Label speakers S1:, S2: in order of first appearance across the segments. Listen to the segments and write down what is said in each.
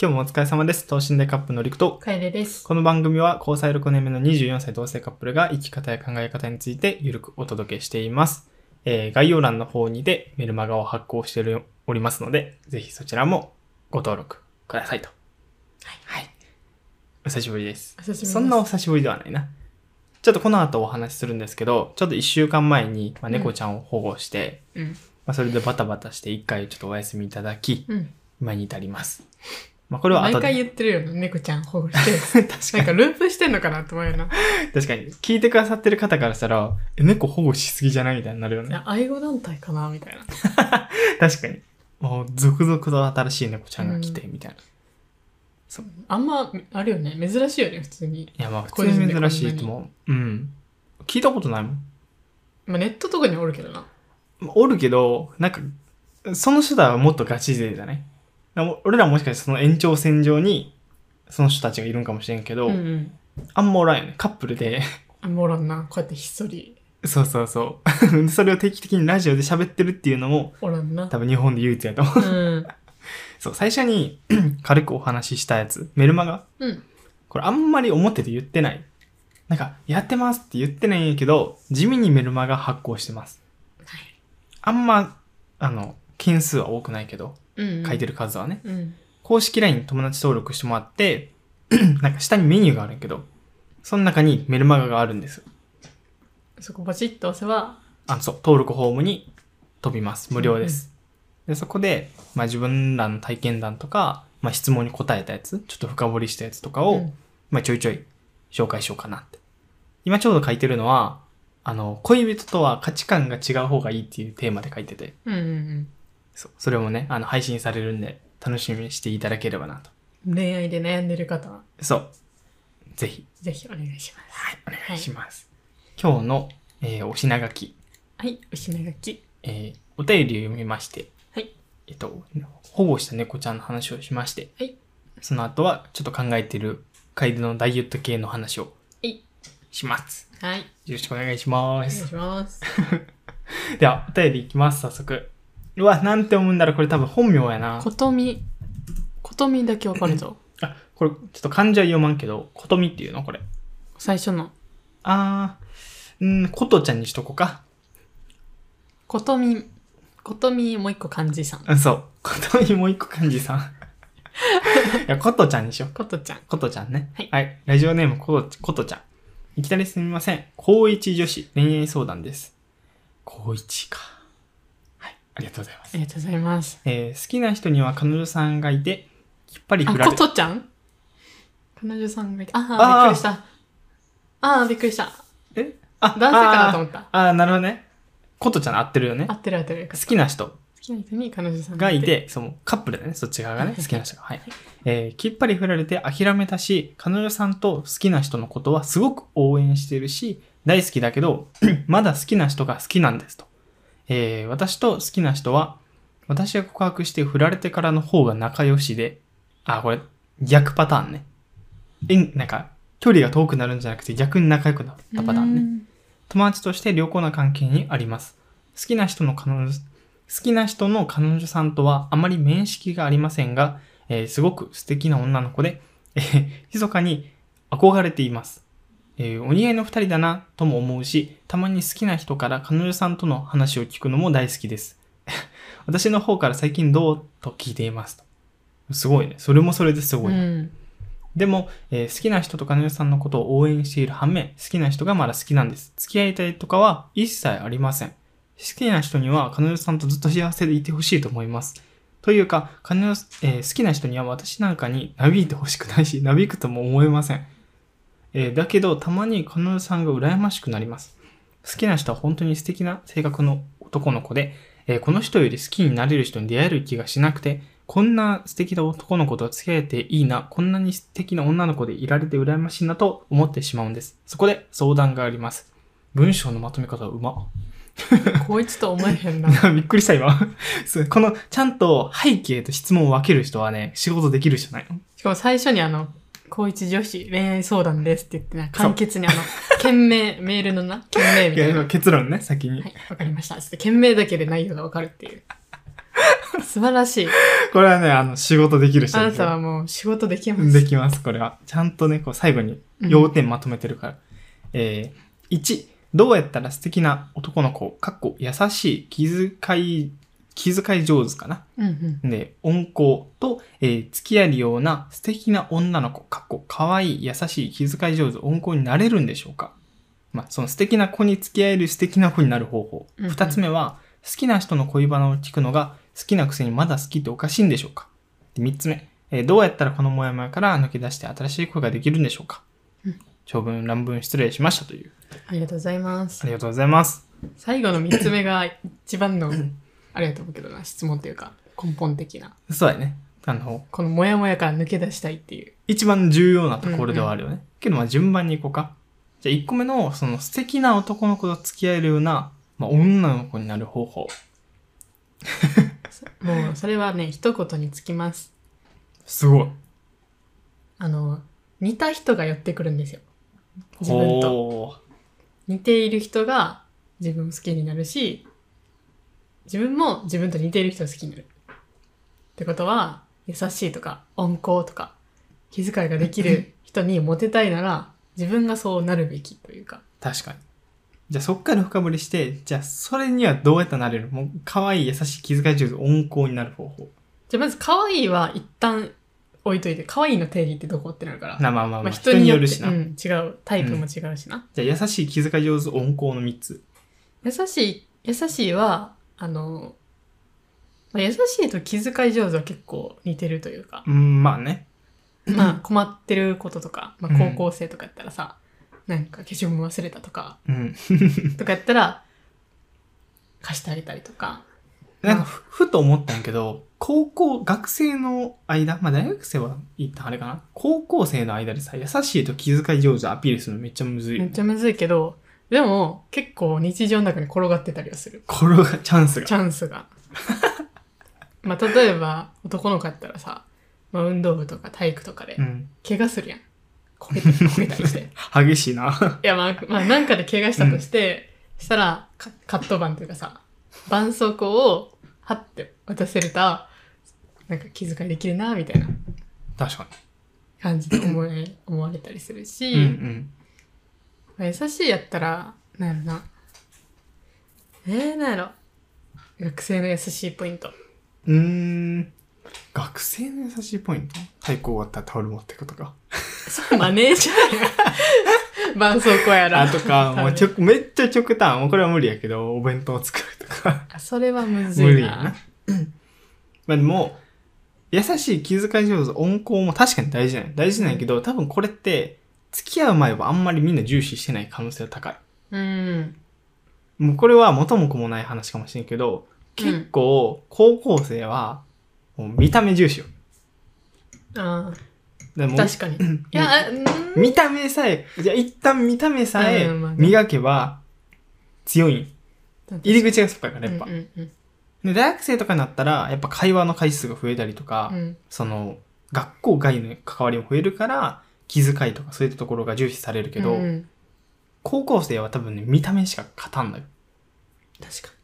S1: 今日もお疲れ様です。等身大カップのりくと、
S2: 楓です。
S1: この番組は交際6年目の24歳同性カップルが生き方や考え方についてゆるくお届けしています。えー概要欄の方にでメルマガを発行しておりおりますので、ぜひそちらもご登録くださいと。はい。お久しぶりです。
S2: お久しぶりです
S1: そんなお久しぶりではないな。ちょっとこの後お話しするんですけど、ちょっと1週間前に、まあ、
S2: うん
S1: 猫ちゃんを保護して、
S2: うん。
S1: まあ、それでバタバタして1回ちょっとお休みいただき、
S2: うん。
S1: 今に至ります。まあ、これは
S2: 毎
S1: 後
S2: 回
S1: で。
S2: 言ってるよね、猫ちゃん保護 して。
S1: 確か
S2: なん
S1: に
S2: かループしてんのかなと思うよな。
S1: 確かに。聞いてくださってる方からしたら、え、猫保護しすぎじゃないみたいになるよ
S2: い
S1: ね
S2: や。愛護団体かなみたいな。
S1: 確かに。もう、続々と新しい猫ちゃんが来て、みたいな。
S2: あんま、あるよね。珍しいよね、普通に。
S1: いや、まあ、普通に珍しいと思う。うん。聞いたことないもん。
S2: まあ、ネットとかにおるけどな。
S1: まあおるけど、なんか、その人らはもっとガチ勢だね。だから俺らもしかしてその延長線上に、その人たちがいるんかもしれんけど、
S2: うんうん。
S1: あんまおらんよね。カップル で、
S2: あんまおらんな。こうやってひっそり。
S1: そうそうそう。 それを定期的にラジオで喋ってるっていうのも、
S2: おらんな。
S1: 多分日本で唯一やと思う。
S2: うん。
S1: そう、最初に 軽くお話ししたやつ、メルマガ。
S2: うん。
S1: これあんまり表で言ってない。なんか、やってますって言ってないんやけど、地味にメルマガ発行してます。
S2: はい。
S1: あんま、あの、件数は多くないけど、
S2: うん。
S1: 書いて
S2: る。
S1: る数はね。
S2: うん。
S1: 公式 LINE 友達登録してもらって、 なんか下にメニューがあるんやけど、その中にメルマガがあるんですよ。
S2: そこバチッと押せば、
S1: あそう、登録ホームに飛びます。無料です。で、そこで、まあ自分らの体験談とか、まあ質問に答えたやつ、ちょっと深掘りしたやつとかを、
S2: うん
S1: まあちょいちょい紹介しようかなって。今ちょうど書いてるのは、あの、恋人とは価値観が違う方がいいっていうテーマで書いてて、
S2: うんうん
S1: そうそれもね、あの、配信されるんで、楽しみにしていただければなと。
S2: うん。恋愛で悩んでる方は、
S1: そう。ぜひ、
S2: ぜひお願いします。
S1: はい、お願いします。今日の、えーお品書き、
S2: はい。お品書き。
S1: えーお便りを読みまして、
S2: はい。
S1: えっと、保護した猫ちゃんの話をしまして、
S2: はい
S1: その後はちょっと考えてる楓のダイエット系の話を
S2: はい
S1: します。
S2: はい。
S1: よろしくお願いしま
S2: お願い
S1: す。
S2: します。
S1: では、お便りいきます、早速。うわ、なんて思うんだろう、これ多分本名やな。
S2: ことみ、ことみだけわかるぞ。
S1: あ、これ、ちょっと漢字は読まんけど、ことみっていうのこれ。
S2: 最初の。
S1: あー、うんことちゃんにしとこうか。
S2: ことみ、ことみもう一個漢字さん。
S1: うんそう。ことみもう一個漢字 さん。いや、ことちゃんにしよう。
S2: ことちゃん。
S1: ことちゃんね。
S2: はい
S1: ラジオネームこと、ことちゃん。いきなりすみません。高一女子恋愛相談です。高一か。はい。ありがとうございま
S2: あ
S1: す。
S2: りがとうございます。
S1: えー好きな人には彼女さんがいて、きっぱり
S2: あ、
S1: 振ら
S2: こ
S1: れ
S2: とちゃん彼女さんがいて、あ
S1: あー
S2: あ、びっくりした。ああ、びっくりした。
S1: えあ、
S2: 男性かなと
S1: あー
S2: 思った。
S1: あー、なるほどね。ことちゃん合ってるよね
S2: 合。ってる合ってる。
S1: 好
S2: 好
S1: きな人
S2: きな人に彼女さん
S1: がい。て、そのカップルだね、そっち側がね、
S2: はい
S1: 好きな人が。はい。えーきっぱり振られて諦めたし、彼女さんと好きな人のことはすごく応援してるし、大好きだけど、 まだ好きな人が好きなんですと。えー私と好きな人は、私が告白して振られてからの方が仲良しで、あ、これ、逆パターンね。えん、なんか、距離が遠くなるんじゃなくて逆に仲良くなったパターンね。
S2: ね。
S1: 友達として良好な関係にあります。好きな人の彼女、好きな人の彼女さんとはあまり面識がありませんが、えーすごく素敵な女の子で、えー密かに憧れています。えーお似合いの二人だなとも思うし、たまに好きな人から彼女さんとの話を聞くのも大好きです。 私の方から最近どうと聞いていますと。すごいね。それもそれですご
S2: う
S1: い。
S2: ん。
S1: でも、えー好きな人と彼女さんのことを応援している反面、好きな人がまだ好きなんです。付き合いたいとかは一切ありません。好きな人には彼女さんとずっと幸せでいてほしいと思います。というか、彼女、えー好きな人には私なんかになびいてほしくないし、なびくとも思えません。えーだけど、たまに彼女さんが羨ましくなります。好きな人は本当に素敵な性格の男の子で、えーこの人より好きになれる人に出会える気がしなくて、こんな素敵な男の子と付き合えていいな、こんなに素敵な女の子でいられて羨ましいなと思ってしまうんです。そこで相談があります。文章のまとめ方うま。
S2: こいつと思えへんな。
S1: びっくりした今。 そうこの、ちゃんと背景と質問を分ける人はね、仕事できる人ないの。
S2: しかも最初にあの、高一女子恋愛相談ですって言ってな、簡潔にあの、件名、メールのな、件名み
S1: い
S2: た
S1: や
S2: いな。
S1: 今結論ね、先に。
S2: はい、わかりました。ちょっと件名だけで内容がわかるっていう。素晴らしい。
S1: これはね、あの、仕事できる人
S2: あ
S1: で
S2: な
S1: す
S2: た
S1: よ
S2: はもう仕事できます。
S1: できます、これは。ちゃんとね、こう最後に
S2: うん
S1: 要点まとめてるから。えー、1、どうやったら素敵な男の子、かっこ優しい、気遣い、気遣い上手かな。
S2: うんうん。
S1: で、温厚と、えー付き合えるような素敵な女の子、かっこ可愛い、優しい、気遣い上手、温厚になれるんでしょうかまあ、その素敵な子に付き合える素敵な子になる方法。
S2: うんうん
S1: 二つ目は、好きな人の恋バナを聞くのが好きなくせにまだ好きっておかしいんでしょうかで三つ目、えーどうやったらこのモヤモヤから抜け出して新しい恋ができるんでしょうか、
S2: うん
S1: 長文乱文失礼しましたという。
S2: ありがとうございま
S1: あ
S2: す。
S1: りがとうございます。
S2: 最後の3つ目が一番の、あれだと思うけどな、質問というか、根本的な。
S1: そうだね。あの、
S2: このモヤモヤから抜け出したいっていう。
S1: 一番重要なところではあるよね。けどまあ順番に行こうか。じゃあ1個目の、その素敵な男の子と付き合えるような、まあ、女の子になる方法。
S2: もう、それはね、一言につきます。
S1: すごい。
S2: あの、似た人が寄ってくるんですよ。自分と。
S1: おー
S2: 似ている人が自分を好きになるし、自分も自分と似ている人を好きになる。ってことは、優しいとか、温厚とか、気遣いができる人にモテたいなら、自分がそうなるべきというか。
S1: 確かに。じゃあそっから深掘りして、じゃあそれにはどうやったらなれるもう可愛い、優しい、気遣い上手、温厚になる方法。
S2: じゃあまず、可愛いは一旦置いといて、可愛いの定義ってどこってなるから。
S1: なまあまあまあ
S2: まあ、
S1: 人によるしな。
S2: うん、違う。タイプも違うしな。
S1: じゃあ優しい、気遣い上手、温厚の3つ。
S2: 優しい、優しいは、あの、まあ、優しいと気遣い上手は結構似てるというか。
S1: うん、まあね。
S2: まあ困ってることとか、まあ、
S1: うん
S2: 高校生とかやったらさ、なんか化粧も忘れたとか、
S1: うん。
S2: とかやったら、貸してあげたりとか。
S1: なんかふ、ふと思ったんやけど、高校、学生の間、まあ大学生は一旦あれかな。高校生の間でさ、優しいと気遣い上手アピールするのめっちゃむずいよ
S2: めっ
S1: ね。
S2: ちゃむずいけど、でも結構日常の中に転がってたりはする。
S1: これがチャンスが。
S2: チャン スが。まあ例えば男の子やったらさ、まあ、運動部とか体育とかで
S1: うん。
S2: 怪我するやん。こけたりこけたりして。
S1: 激しいな。
S2: いや、まあ、まあ、なんかで怪我したとして、したら、カカット板というかさ、絆創膏を、はって渡せると、なんか気遣いできるな、みたいな
S1: 確か
S2: 感じで思え、思われたりするし、
S1: に。うんうん。
S2: まあ、優しいやったら、なんやろな。えー、なんやろ。学生の優しいポイント。
S1: うーん。学生の優しいポイント体育終わったらタオル持ってくとか。
S2: そう、マネージャ ーや。絆創膏やら。
S1: あとか、もうち
S2: ょ
S1: ょ、 めっちゃ極端。もうこれは無理やけど、お弁当作るとか。
S2: それはむず
S1: 無
S2: い
S1: 理や
S2: な
S1: な。。まあでも、優しい気遣い上手、温厚も確かに大事なんや大事なんやけど、多分これって、付き合う前はあんまりみんな重視してない可能性が高い。
S2: うん。
S1: もうこれは元も子もない話かもしれんけど、結構、高校生は、もう見た目重視よ。
S2: あ
S1: で
S2: あ、
S1: も
S2: 確かに。いや、あうん。
S1: 見た目さえ、じゃあ一旦見た目さえ
S2: うんまあね
S1: 磨けば強いんよ。入り口がそっからやっぱ。
S2: うんうんうん
S1: で大学生とかになったら、やっぱ会話の回数が増えたりとか、
S2: うん
S1: その学校外の関わりも増えるから気遣いとかそういったところが重視されるけど、
S2: うんうん
S1: 高校生は多分ね見た目しか勝たんだよ
S2: 確か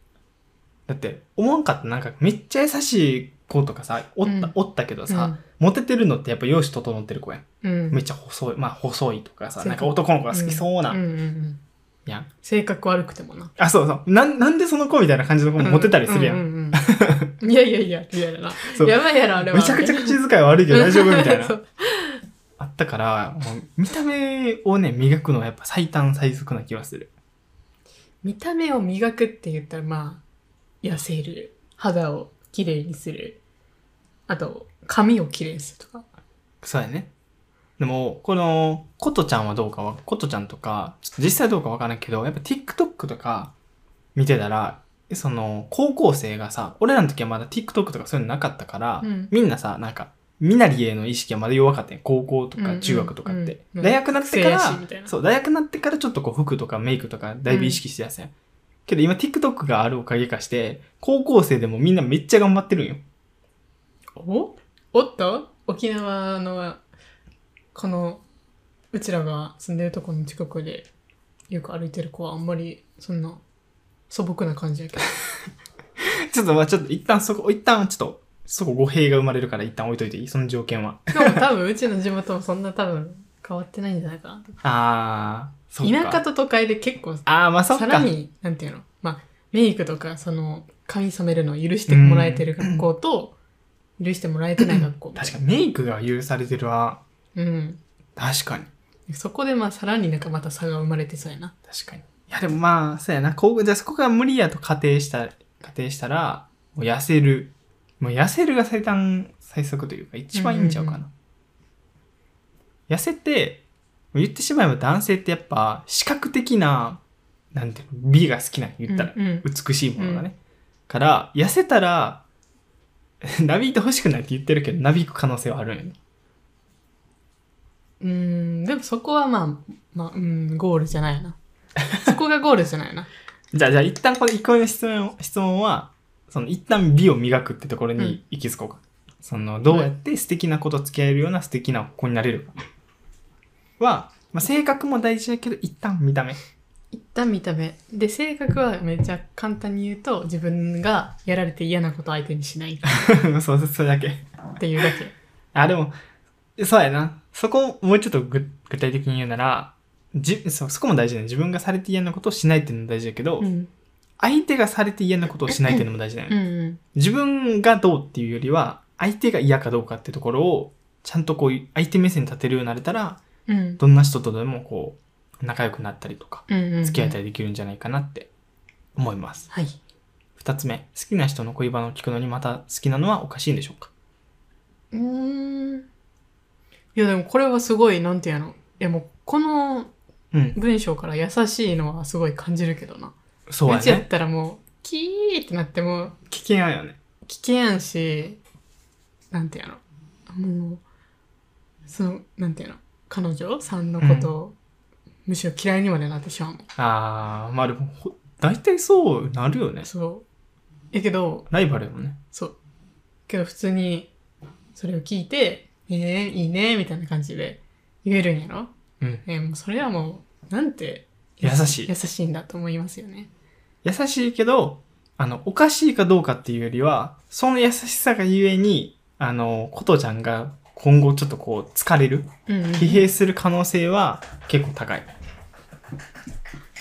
S1: だって思わんかったなんかめっちゃ優しい子とかさおった,、
S2: うん
S1: おったけど
S2: に
S1: さ、モテてるのってやっぱ容姿整ってる子やん
S2: うん、
S1: めっ
S2: ち
S1: ちゃ細いまあ細いとかさ
S2: そう
S1: なんか男の子が好きそうな、
S2: んうんうん、
S1: やん
S2: 性格悪くてもな
S1: あそうそうなんなんでその子みたいな感じの子もモテたりするやん,、
S2: ううんうんいやいやいやリアルな
S1: そう
S2: やばいやろあれは
S1: めちゃくちゃ口遣い悪い けど大丈夫みたいな
S2: そう
S1: あったからもう見た目をね磨くのはやっぱ最短最速な気がする
S2: 見た目を磨くって言ったらまあ痩せる肌をきれいにするあと髪をきれいにするとか
S1: そうやね。でも、この、ことちゃんはどうかは、ことちゃんとか、ちょっと実際どうかわからんけど、やっぱ TikTok とか見てたら、その、高校生がさ、俺らの時はまだ TikTok とかそういうのなかったから、
S2: うん
S1: みんなさ、なんか、みなりへの意識はまだ弱かったよ。高校と
S2: うんう
S1: か
S2: ん
S1: 中学とかって。
S2: うん
S1: 大学になってか
S2: 学生やしみたい
S1: ら、
S2: な
S1: そう、大学になってからちょっとこう服とかメイクとかだいぶ意識してやすやん。けど今 TikTok があるおかげかして、高校生でもみんなめっちゃ頑張ってるんよ。
S2: おおっと沖縄のこのうちらが住んでるとこの近くでよく歩いてる子はあんまりそんな素朴な感じやけど
S1: ちちょっとまあちょっと一旦そこ、一旦ちょっと、そこ語弊が生まれるから一旦置いといていいその条件 は。
S2: 今日も多分うちの地元もそんな多分変わってないんじゃないかなと
S1: あー、そっか。
S2: 田舎と都会で結構
S1: あー、まあそっ
S2: さ
S1: か。
S2: らになんていうのまあメイクとかその髪染めるのを許してもらえてる学校と、許してもらえてない学校
S1: 確かにメイクが許されてるわ。
S2: うん
S1: 確かに。
S2: そこでまあさらになんかまた差が生まれてそうやな
S1: 確かに。いやでもまあ、そうやな。こうじゃあそこが無理やと仮定した、仮定したら、もう痩せる。もう痩せるが最短、最速というか、一番いいんちゃうかな。
S2: うんう
S1: 痩せて、言ってしまえば男性ってやっぱ視覚的な、なんていうの、美が好きなん言ったら、
S2: うんうん
S1: 美しいものがね。から、痩せたら、 なびいてほしくないって言ってるけど、なびく可能性はあるんよね。
S2: うんでもそこはまあまあうんゴールじゃないよなそこがゴールじゃないよな
S1: じゃあ、じゃあ一旦この1個目の質問質問は、その一旦美を磨くってところに行き着こうか。その、どうやって素敵な子と付き合えるような素敵な子になれるか。は、まあ、性格も大事だけど、一旦見た目。
S2: 一旦見た目で性格はめっちゃ簡単に言うと自分がやられて嫌なこと相手にしないっ
S1: そう、それだけ。
S2: てい うだけ
S1: あ、でも、そうやな。そこをもうちょっと具具体的に言うなら、じそうそこも大事だね。自分がされて嫌なことをしないっていうのも大事だけど、
S2: うん
S1: 相手がされて嫌なことをしないっていうのも大事だよね
S2: うんうん
S1: 自分がどうっていうよりは、相手が嫌かどうかってところを、ちゃんとこう、相手目線に立てるようになれたら、
S2: うん
S1: どんな人とでもこう、仲良くなったりとか、
S2: うんうん
S1: 付き合えたりできるんじゃないかなって思います。
S2: はい
S1: 二つ目、好きな人の恋バナを聞くのにまた好きなのはおかしいんでしょうか
S2: うーん。いやでもこれはすごい、なんていうの。いやもうこの
S1: うん。
S2: 文章から優しいのはすごい感じるけどな。
S1: そうや
S2: ちやっ
S1: ね。
S2: たらもう、キーってなっても
S1: 危険やよね。
S2: 危険やんし、なんていうの。もう、その、なんていうの。彼女さんのことを、むしろ嫌いにまでなってしまうもん。
S1: あー、まあでも、ほ大体そうなるよね。
S2: そう。やけど、
S1: ライバルやもんね。
S2: そう。けど普通に、それを聞いて、えー、いいね、みたいな感じで言えるんやろ
S1: うん。
S2: えーもうそれはもう、なんて
S1: 優しい
S2: 優しいんだと思いますよね。
S1: 優しいけど、あの、おかしいかどうかっていうよりは、その優しさがゆえに、あの、ことちゃんが今後ちょっとこう、疲れる、
S2: うん、うん。
S1: 疲弊する可能性は結構高い。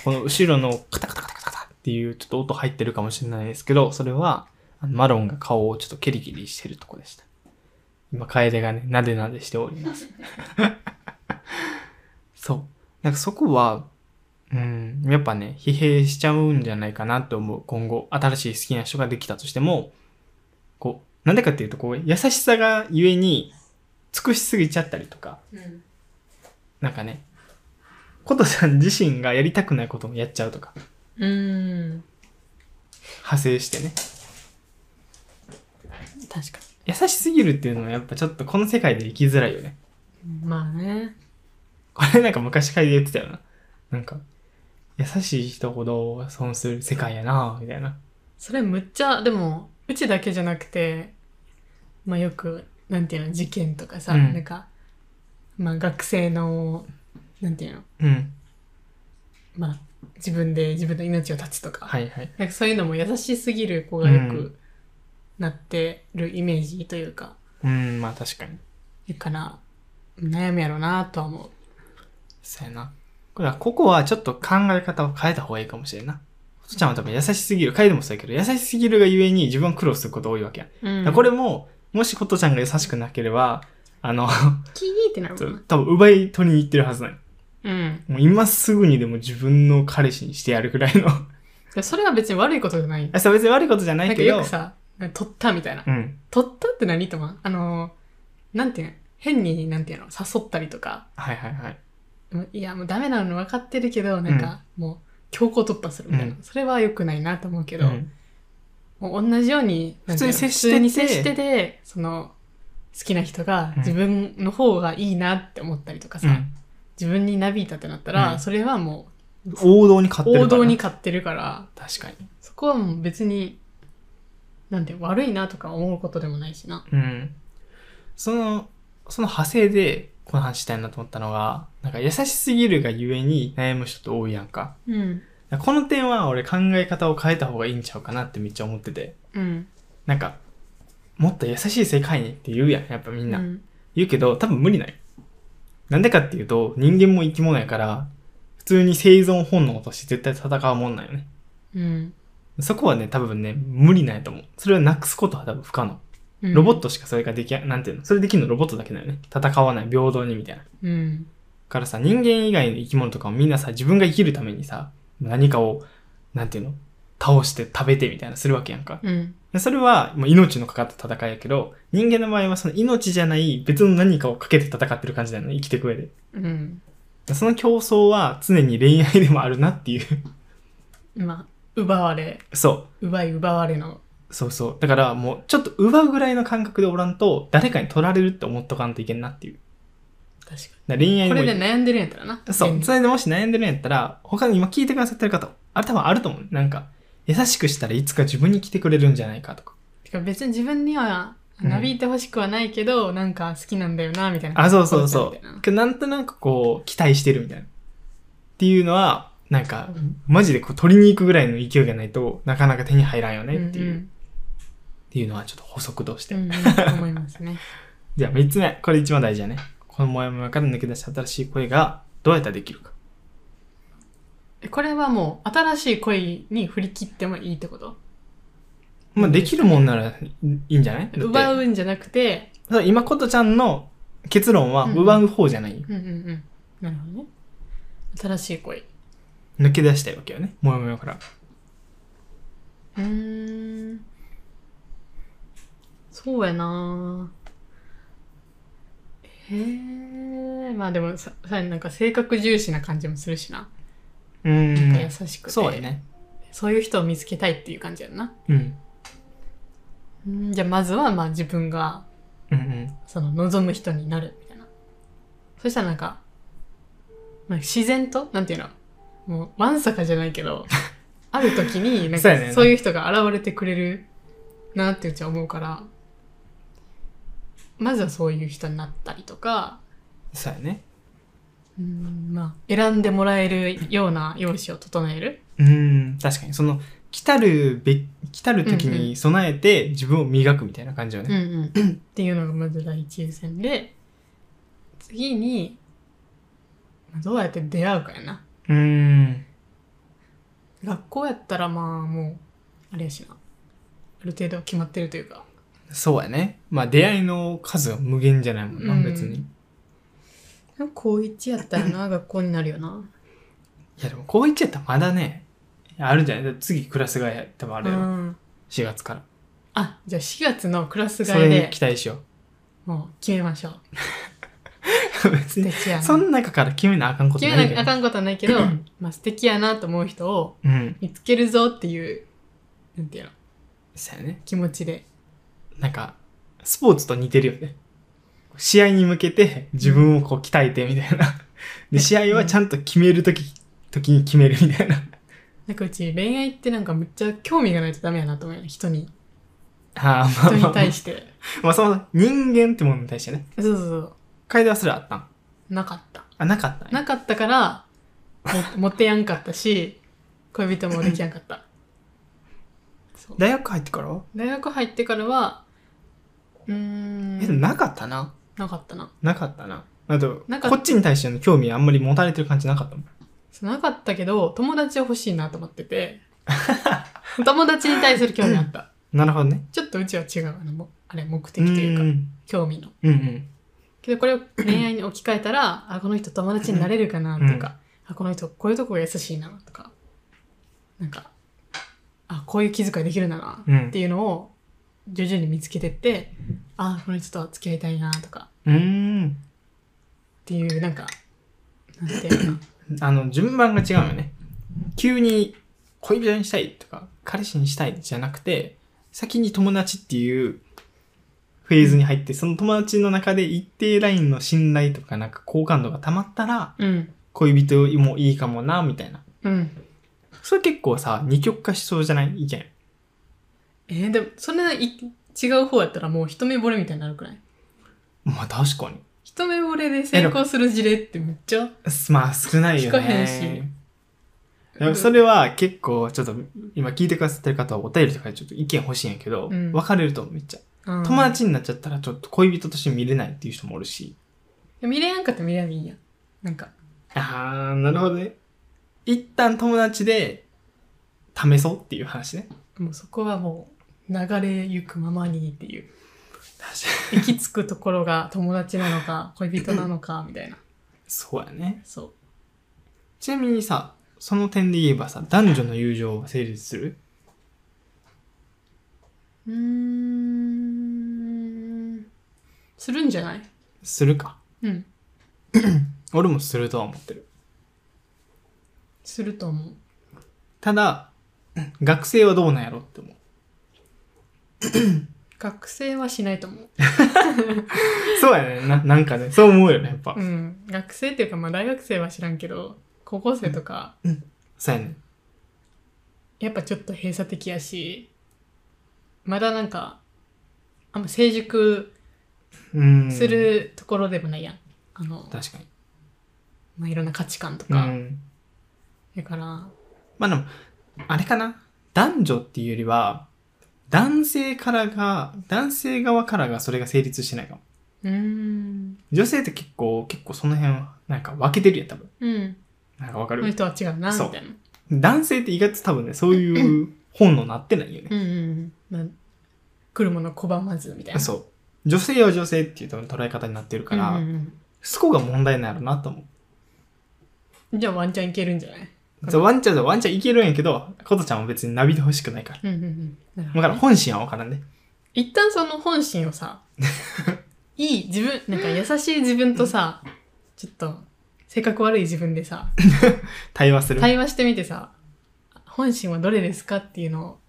S1: この後ろのカタカタカタカタカタっていうちょっと音入ってるかもしれないですけど、それは、あのマロンが顔をちょっとケリケリしてるとこでした。今、楓がね、なでなでしております。 そう。なんかそこは、うん、やっぱね、疲弊しちゃうんじゃないかなと思う。今後、新しい好きな人ができたとしても、こう、なんでかっていうと、こう、優しさがゆえに、尽くしすぎちゃったりとか、
S2: うん
S1: なんかね、ことさん自身がやりたくないこともやっちゃうとか、
S2: うーん。
S1: 派生してね。
S2: 確か
S1: 優しすぎるっていうのはやっぱちょっとこの世界で生きづらいよね。
S2: に。まあね。
S1: これなんか昔から言ってたよな。なんか、優しい人ほど損する世界やなみたいな。
S2: それむっちゃ、でも、うちだけじゃなくて、まあよく、なんていうの、事件とかさ、
S1: うん
S2: なんか、まあ学生の、なんていうの、
S1: うん。
S2: まあ自分で自分の命を絶つとか、
S1: はいはい。
S2: なんかそういうのも優しすぎる子が
S1: う
S2: よくなってるイメージというか、
S1: うん、まあ確かに。
S2: だから、悩みやろうなとは思う。
S1: そうやな。これは、ここはちょっと考え方を変えた方がいいかもしれんな。ことちゃんは多分優しすぎる。楓もそうやけど、優しすぎるがゆえに自分は苦労すること多いわけや。だからこれも、もしことちゃんが優しくなければ、あの、
S2: キーってなる
S1: そ
S2: もんな
S1: う多分奪い取りに行ってるはずない。
S2: うん。
S1: もう今すぐにでも自分の彼氏にしてやるくらいの。
S2: でそれは別に悪いことじゃない。
S1: あ、そう別に悪いことじゃな
S2: なん
S1: い
S2: か
S1: けど。
S2: よくさ、取ったみたいな
S1: う。ん。
S2: 取ったって何と思うあのー、なんていうの変に、なんていうの誘ったりとか。
S1: はいはいはい。
S2: もういや、もうダメなの分かってるけど、なんか、もう、強行突破するみたいな。
S1: う
S2: それは良くないなと思うけ
S1: け
S2: ど、もう同じように、
S1: 普通に接してて
S2: なんいうの普通に接してて、その、好きな人が
S1: うん
S2: 自分の方がいいなって思ったりとかさ、自分になびいたってなったら、
S1: うん
S2: それはも
S1: 王道に買っ
S2: う
S1: てるから
S2: 王道に。買ってるから、
S1: 確かに。
S2: そこはもう別に、なんて悪いなとか思うことでもないしな。
S1: うん。その、その派生で、この話したいなと思ったのが、なんか優しすぎるがゆえに悩む人って多いやんか。
S2: うん。
S1: この点は俺考え方を変えた方がいいんちゃうかなってめっちゃ思ってて。
S2: ううん。
S1: なんか、もっと優しい世界にって言うやん、やっぱみんな。
S2: うん
S1: 言うけど、多分無理ない。なんでかっていうと、人間も生き物やから、普通に生存本能として絶対戦うもんなんよね。
S2: うん。
S1: そこはね、多分ね、無理ないと思う。それをなくすことは多分不可能。
S2: うん
S1: ロボットしかそれができや、なんていうのそれできるのロボットだけだよね。戦わない、平等にみたいな。
S2: うん。
S1: からさ、人間以外の生き物とかもみんなさ、自分が生きるためにさ、何かを、なんていうの倒して食べてみたいなするわけやんか。
S2: うん。
S1: でそれは、まあ命のかかった戦いやけど、人間の場合はその命じゃない別の何かをかけて戦ってる感じだよね、生きていく上で。
S2: うん。
S1: でその競争は常に恋愛でもあるなっていう。
S2: まあ、奪われ、
S1: そ
S2: 奪い奪われの。
S1: う。そうそう。だからもう、ちょっと奪うぐらいの感覚でおらんと、誰かに取られるって思っとかんといけんなっていう。
S2: 確か
S1: だから恋愛
S2: に。こ
S1: も
S2: れで悩んでるんやったらな。
S1: そ
S2: 現
S1: う。
S2: に
S1: それでもし悩んでるんやったら、他に今聞いてくださってる方、あれ多分あると思う。なんか、優しくしたらいつか自分に来てくれるんじゃないかとか。
S2: てか別に自分には
S1: うん
S2: なびいてほしくはないけど、なんか好きなんだよな、みたいな。
S1: あ、そうそうそ
S2: みたいな
S1: う。なんとなくこう、期待してるみたいな。っていうのは、なんか、マジでこう取りに行くぐらいの勢いがないとなかなか手に入らんよねっていう、っ
S2: ん
S1: ていうのはちょっと補足として。
S2: うんうんうん思いますね。
S1: じゃあ3つ目。これ一番大事だね。このモヤモヤから抜け出した新しい声がどうやったらできるか。
S2: これはもう、新しい恋に振り切ってもいいってこと
S1: まあ、できるもんならいいんじゃないだって
S2: 奪うんじゃなくて、
S1: そう今ことちゃんの結論は
S2: うんうん
S1: 奪う方じゃない、
S2: うんうんうん。なるほどね。新しい恋。
S1: 抜け出したいわけよねもやもやから
S2: うーん。そうやなへえ。まあでもさ、さなんか性格重視な感じもするしな。
S1: う
S2: なんか優
S1: ん
S2: しくて。
S1: そうやね
S2: そういう人を見つけたいっていう感じやんな。
S1: うん
S2: うんじゃあまずはまあ自分が
S1: うんうん
S2: その望む人になるみたいな。そしたらなんか、まあ、自然と、なんていうの、もうわんさかじゃない けど、ある時になん
S1: そう
S2: か
S1: やねんな
S2: そういう人が現れてくれるなってうちは思うから、まずはそういう人になったりとか、
S1: そうやね
S2: うんまあ、選んでもらえるような容姿を整える。
S1: うん確かにその来たるべ来たる時に備えて自分を磨くみたいな感じよ
S2: うん
S1: ね
S2: うん、っていうのがまず第一優先で次にまあどうやって出会うかやな
S1: うん
S2: 学校やったらまあもうあれやしなある程度決まってるというか
S1: そうやねまあ出会いの数は無限じゃないもんな、
S2: うん
S1: 別にい
S2: でも高一やったら な学校になるよな
S1: やでもこう言っちゃったらまだねあるんじゃないだって次クラスが多分あ
S2: あ
S1: れよ、
S2: うん、
S1: 4月から
S2: あじゃあ4月のクラス
S1: そ
S2: 替
S1: れ
S2: え
S1: に
S2: で
S1: 期待しよ
S2: もう決めましょう
S1: う 別
S2: 素
S1: に
S2: 敵やな
S1: その中から決めなあかんこと
S2: 決
S1: な
S2: め
S1: い
S2: な
S1: け
S2: あ
S1: ど
S2: かんことはないけどまあ素敵やなと思う人を
S1: うん
S2: 見つけるぞっていうなんていうの
S1: そうやね
S2: 気持ちで
S1: なんか、スポーツと似てるよね。試合に向けて自分をこう鍛えてみたいな。で、試合はちゃんと決めるとき、時に決めるみたいな。
S2: なんかうち恋愛ってなんかむっちゃ興味がないとダメやなと思うよね人 に
S1: ああ、まあ
S2: 人
S1: まあ、
S2: に
S1: まあ
S2: 対、して
S1: まあその人間ってものに対してね。
S2: そうそうそ
S1: 楓はそれあったん
S2: うなかった
S1: あ、なかったんや
S2: なかったからもモテやんかったし恋人もできやんか ったそう
S1: 大学入ってからは
S2: 大学入ってからはうーん
S1: え、でもなかったな。
S2: なかったな
S1: なかったな。あと、
S2: なかっ
S1: こっちに対しての興味あんまり持たれてる感じなかったもん。
S2: そうなかったけど友達は欲しいなと思って て友達に対する興味あった
S1: なるほどね。
S2: ちょっとうちは違うあのもあれ目的というか
S1: ん
S2: 興味の
S1: うんうん。
S2: けどこれを恋愛に置き換えた らあこの人友達になれるかなとか、あこの人こういうとこが優しいなとかなんかあこういう気遣いできるんだな
S1: うん
S2: っていうのを徐々に見つけてってあこの人とは付き合いたいなとか
S1: うーん。
S2: っていうなんかなんていうのか
S1: あの、順番が違うよね。急に恋人にしたいとか、彼氏にしたいじゃなくて、先に友達っていうフェーズに入って、その友達の中で一定ラインの信頼とか、なんか好感度が溜まったら、
S2: なうん
S1: 恋人もいいかもな、みたいな。
S2: うん
S1: それ結構さ、二極化しそうじゃない意見。
S2: えーでもそれい違う方やったらもう一目惚れみたいになるくらい
S1: まあ確かに。
S2: 一目惚れで成功する事例ってめっちゃ
S1: すまあ少ないよね。
S2: 聞かへんし
S1: でもそれは結構ちょっと今聞いてくださってる方はお便りとかでちょっと意見欲しいんやけど、
S2: うん
S1: 別れるとめっちゃ。
S2: 友
S1: 友達になっちゃったらちょっと恋人として見れないっていう人もおるし。
S2: 見れやんかったら見ればいいんや。なんか、
S1: あー、なるほどね。一旦友達で試そうっていう話ね。
S2: もうそこはもう流れゆくままにっていう。
S1: 確か
S2: 行き着くところが友達なのか、恋人なのか、みたいな。
S1: に。そうやね。
S2: そ
S1: ちなみにさ、その点で言えばさ、男女の友情は成立する
S2: う。うーん。するんじゃない
S1: するか。
S2: うん。
S1: 俺もするとは思ってる。
S2: すると思う。
S1: ただ、学生はどうなんやろって思う。
S2: 学生はしないと思う。
S1: そうやねな。なんかね、そう思うよね、やっぱ。
S2: うん。学生っていうか、まあ大学生は知らんけど、高校生とか、
S1: そうやね。
S2: やっぱちょっと閉鎖的やし、まだなんか、あんま成熟
S1: うん。
S2: す。るところでもないやん。あの、
S1: 確かに。
S2: まあ、いろんな価値観と
S1: う
S2: か。
S1: ん。
S2: だから、
S1: まあでも、あれかな。男女っていうよりは、男性からが、男性側からがそれが成立してないかも。
S2: うーん。
S1: 女性って結構、結構その辺、なんか分けてるやん、多分。
S2: うん。
S1: なんかわか
S2: こ
S1: る、
S2: の人は違うな、み
S1: そう
S2: たいな。
S1: 男性って意外と多分ね、そういう本能なってないよね。
S2: うんうんうん。な来るもの拒まず、みたいな。う。
S1: そう。女性は女性っていう多分捉え方になってるから、
S2: んうん
S1: そこが問題なのなと思
S2: うん、じゃあワンチャンいけるんじゃないうん
S1: う。そうワンちゃんとワンちゃんいけるんやけど、ことちゃんは別にナビで欲しくないから。
S2: うんうんうん。なるほ
S1: だか
S2: どね
S1: ら本心はわからんね。
S2: 一旦その本心 をさ、いい自分、なんか優しい自分とさ、ちょっと性格悪い自分でさ、
S1: 対話する。
S2: 対話してみてさ、本心はどれですかっていうのを、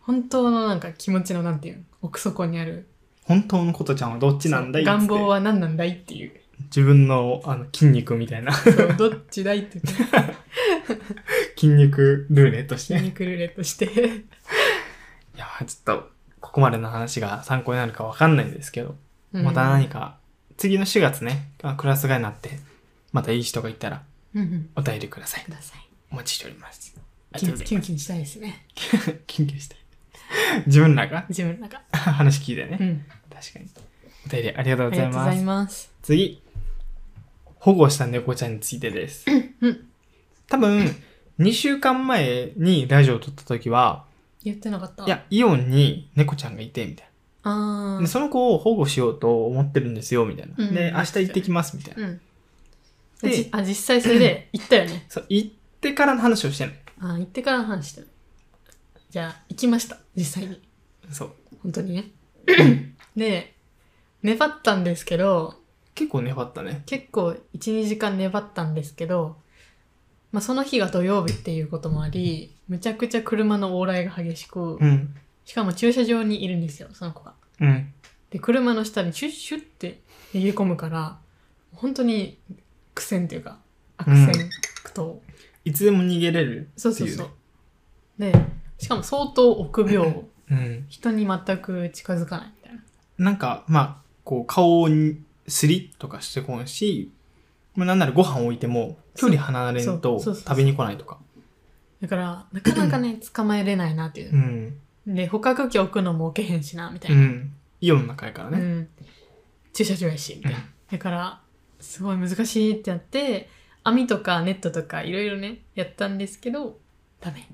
S2: 本当のなんか気持ちのなんていうの、奥底にある
S1: 本当のことちゃんはどっちなんだい
S2: 願望
S1: は。
S2: は何なんだいっていう。
S1: 自分のあの筋肉みたいな
S2: そうどっちだいって言って、
S1: 筋肉ルーレットし
S2: 筋
S1: て。
S2: 肉ルーレットして。
S1: いやー、ちょっと、ここまでの話が参考になるかわかんないんですけど、
S2: うん
S1: また何か、次の4月ね、あクラス替えになって、またいい人がいたら
S2: うんうん。
S1: お便りください
S2: く。ださい。
S1: お待ちしております。あり
S2: キ
S1: が
S2: ュ
S1: とうご
S2: ン
S1: ざい
S2: キュンキュンしたいですね。
S1: ます。緊急したい。自分らが
S2: 自分の中。
S1: 話聞いてね。
S2: うん。
S1: 確かに。お便りありがとうご
S2: あり
S1: ざ
S2: が
S1: い
S2: とうご
S1: ま
S2: ざ
S1: す。
S2: います。
S1: 次。保護した猫ちゃんについてです。
S2: うん
S1: 多分、2週間前にラジオを撮った時は、
S2: 言ってなかった
S1: い、や、イオンに猫ちゃんがいて、みたい
S2: あ
S1: な。で、
S2: ー。
S1: その子を保護しようと思ってるんですよ、みたいな。
S2: うん
S1: で、明日行ってきます、みたいな。
S2: うん。
S1: で
S2: じあ、実際それで行ったよね。
S1: そう、行ってからの話をしてない。
S2: あー行ってから話してる。じゃあ、行きました。実際に。
S1: そう。
S2: 本 当にね。で、粘ったんですけど、
S1: 結構粘ったね。
S2: 結構1、2時間粘ったんですけど、まあ、その日が土曜日っていうこともあり、むちゃくちゃ車の往来が激しく
S1: う、ん。
S2: しかも駐車場にいるんですよ、その子が。
S1: うん。
S2: で、車の下にシュッシュッって逃げ込むから、本当に苦戦というか、悪戦苦闘。
S1: いつでも逃げれる。
S2: そうそう
S1: っていう
S2: そ
S1: ね
S2: う。で、しかも相当臆病。
S1: うん。
S2: 人に全く近づかないみたいな。
S1: なんか、まあ、こう、顔にすりとかしてこんし、まあ、なんならご飯置いても、距離離れんと
S2: そうそうそうそう
S1: 食べに来ないとか。
S2: だから、なかなかね、捕まえれないなっていうう。
S1: ん。
S2: で、捕獲器置くのも置けへんしな、みた
S1: う
S2: いな。
S1: ん。イオンの中やから
S2: う
S1: ね。
S2: ん。駐車場やし、みたいな。だから、すごい難しいってなって、網とかネットとかいろいろね、やったんですけど、ダメ。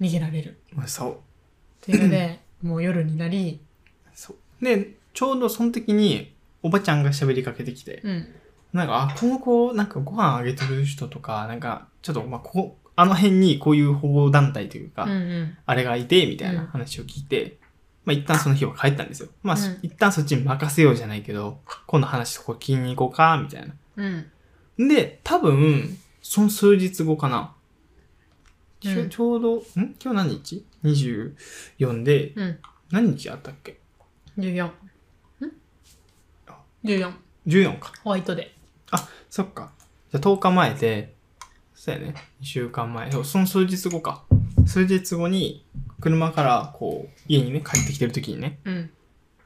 S2: 逃げられる。
S1: そう。
S2: っていうので、もう夜になり、
S1: そう。で、ちょうどその時に、おばちゃんが喋りかけてきて、
S2: うん。
S1: なんか、あ、この子、なんかご飯あげてる人とか、なんか、ちょっと、まあ、ここ、あの辺にこういう保護団体というか、
S2: うんうん。
S1: あれがいて、みたいうなん話を聞いて、まあ一旦その日は帰ったんですよ。まあ、
S2: うん
S1: 一旦そっちに任せようじゃないけど、今度話そこ聞きに行こうか、みたいな。
S2: うん。
S1: で、多分、その数日後かな。ちょ
S2: うん
S1: ちょうど、ん今日何日 ?24 で、
S2: うん。
S1: 何日あったっけ
S2: 14。ん ?14。
S1: ?14 か。
S2: ホワイトデー。
S1: そっか。じゃあ10日前で、そうやね。2週間前。そうその数日後か。数日後に、車から、こう、家にね、帰ってきてる時にね、
S2: うん。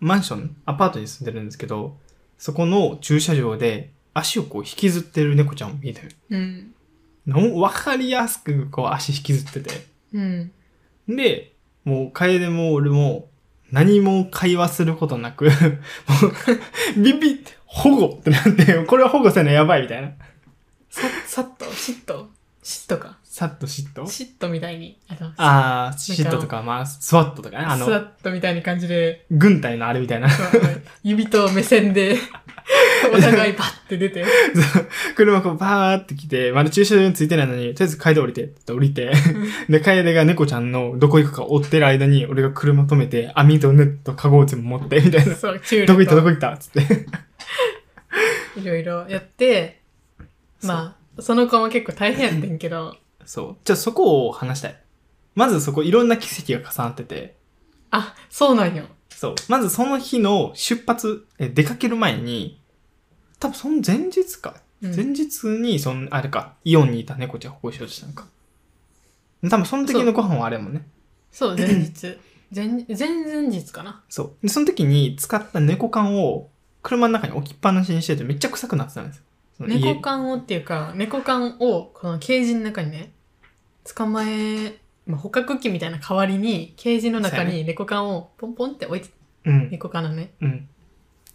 S1: マンション、アパートに住んでるんですけど、そこの駐車場で足をこう引きずってる猫ちゃんを見たよ。
S2: うん。
S1: のわかりやすくこう足引きずってて。
S2: うん。
S1: で、もう楓も俺も何も会話することなく、も うビビって保護ってなって、これは保護せなやばいみたいな。
S2: さ、さっと、嫉妬嫉妬か。
S1: さっと嫉妬
S2: 嫉妬みたいに。あの、
S1: ああ、嫉妬とか、まあ、スワットとかね。あ
S2: スワ
S1: の、
S2: ットみたいな感じで、
S1: 軍隊のあれみたいな。
S2: そうあの指と目線 で、お互いバッて出て。
S1: 車こうバーって来て、まだ駐車場についてないのに、とりあえず階段降りて、って降りて、で、楓が猫ちゃんのどこ行くか追ってる間に、俺が車止めて、網とネット、カゴを全部持って、みた いな。
S2: そう、チュー
S1: どこ
S2: ル
S1: 行ったど
S2: と
S1: こ行ったつって。
S2: いろいろやって、まあ、その子も結構大変やってんけど、
S1: そう。じゃあそこを話したい。まずそこいろんな奇跡が重なってて、
S2: あ、そうなんよ。
S1: そう。まずその日の出発、え出かける前に、多分その前日か。
S2: うん
S1: 前日に、その、あれか、イオンにいた猫ちゃんを保護しようとしたのか。多分その時のご飯はあれやもんね。
S2: そう、前 日。前、前々日かな。
S1: そう。で、その時に使った猫缶を車の中に置きっぱなしにしててめっちゃ臭くなってたんですよ。その家
S2: 猫缶をっていうか、猫缶をこのケージの中にね、捕まえ、まあ、捕獲器みたいな代わりに、ケージの中
S1: そう
S2: に猫缶をポンポンって置いて、
S1: うん。
S2: 猫缶のね、
S1: うん。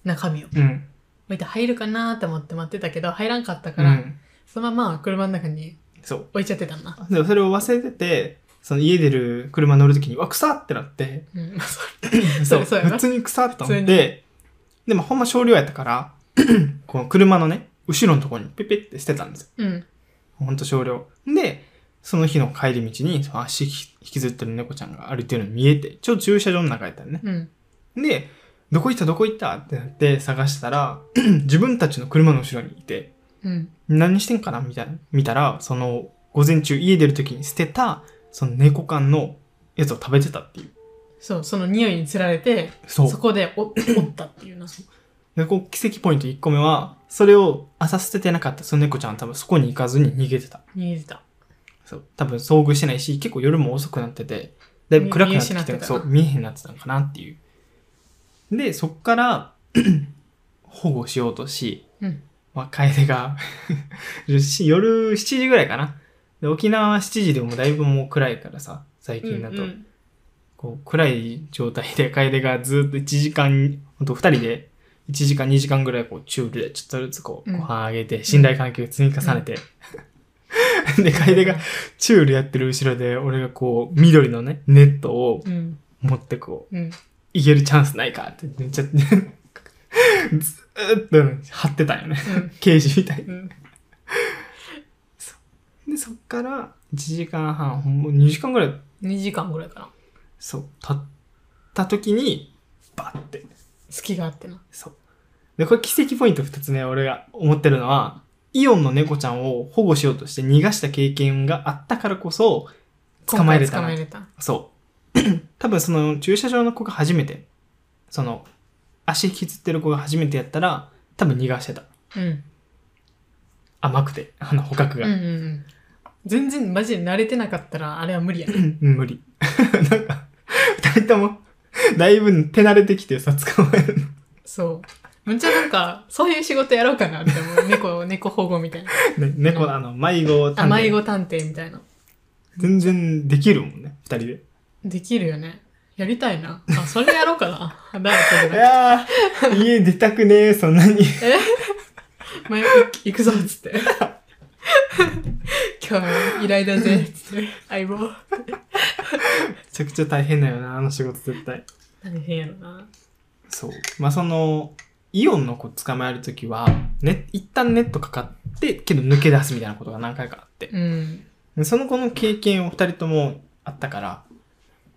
S2: 中身を
S1: うん。
S2: 置いて入るかなーって思って待ってたけど、入らんかった
S1: う
S2: から、
S1: ん。
S2: そのまま車の中に
S1: そう。
S2: 置いちゃってたん だ。
S1: でもそれを忘れてて、その家出る車乗る時に、うわ、臭ってな って、
S2: うん、そ
S1: そう、
S2: そうやな
S1: 普通に臭って思
S2: 普
S1: っ
S2: 通
S1: て、でもほんま少量やったから、 この車のね、後ろのところにペペって捨てたんですよ。
S2: ううん。
S1: ほんと少量。で、その日の帰り道に、その足引きずってる猫ちゃんが歩いてるの見えて、ちょうど駐車場の中やったのね。
S2: うん。
S1: で、どこ行ったどこ行ったってなって探したら、 自分たちの車の後ろにいて、
S2: うん。
S1: 何してんかなみたいな。見たら、その、午前中家出る時に捨てた、その猫缶のやつを食べてたっていう。
S2: そう、その匂いにつられて、
S1: そう。
S2: そこでお折ったっていうな。
S1: で、こう、奇跡ポイント1個目は、それを朝捨ててなかったその猫ちゃんは多分そこに行かずに逃げてた。
S2: 逃げてた。
S1: そう。多分遭遇してないし、結構夜も遅くなってて、だいぶ暗くなってき
S2: 見え失って
S1: て、
S2: た
S1: そう、見えへんなってたのかなっていう。で、そっから、 保護しようとし、
S2: うん。
S1: まあ、楓が 夜7時ぐらいかな。で、沖縄は7時でもだいぶもう暗いからさ、最近だと。
S2: うん
S1: こう暗い状態で楓がずっと1時間ほんと2人で1時間2時間ぐらいこうチュールでちょっとずつこう
S2: うん
S1: ご飯あげて信頼関係を積み重ねて、 で楓がチュールやってる後ろで俺がこう緑のねネットを
S2: うん。
S1: 持ってこう
S2: うん。
S1: いけるチャンスないかってめっちゃ ずーっと張ってたんよね
S2: うん
S1: 刑事みたいに
S2: うん。
S1: でそっから1時間半ほんま2時間ぐらい
S2: 2時間ぐらいかな。
S1: そう経った時にバッて
S2: 隙があってな。
S1: そう。で、これ奇跡ポイント二つ目、俺が思ってるのは、イオンの猫ちゃんを保護しようとして逃がした経験があったからこそ、捕まえれたな
S2: 今回捕まえれた。
S1: そう。 多分その駐車場の子が初めて、その、足引きずってる子が初めてやったら、多分逃がしてた。
S2: うん。
S1: 甘くて、あの捕獲
S2: う
S1: が。
S2: んうんうん。全然マジで慣れてなかったら、あれは無理やね。
S1: うん無理。 なんか、二人とも、だいぶ手慣れてきてさ、捕まえるの。
S2: そう。むっちゃなんか、そういう仕事やろうかなって思 う。猫、猫保護みたいな。
S1: ね猫のあの、迷子探偵
S2: 甘い子探偵みたいな。
S1: 全然できるもんね、二人で。
S2: できるよね。やりたいな。あ、それやろうかな。あだか
S1: い
S2: ら
S1: やー、 家出たくねえ、そんなに。
S2: 前行くぞっ つって。今日、依頼だぜっつって。相棒。
S1: めちゃくちゃ大変だよな、あの仕事絶対。
S2: 何変やろな。
S1: そう。まあ、その、イオンの子捕まえるときは、ね、一旦ネットかかって、けど抜け出すみたいなことが何回かあって。
S2: うん。
S1: でその子の経験を二人ともあったから、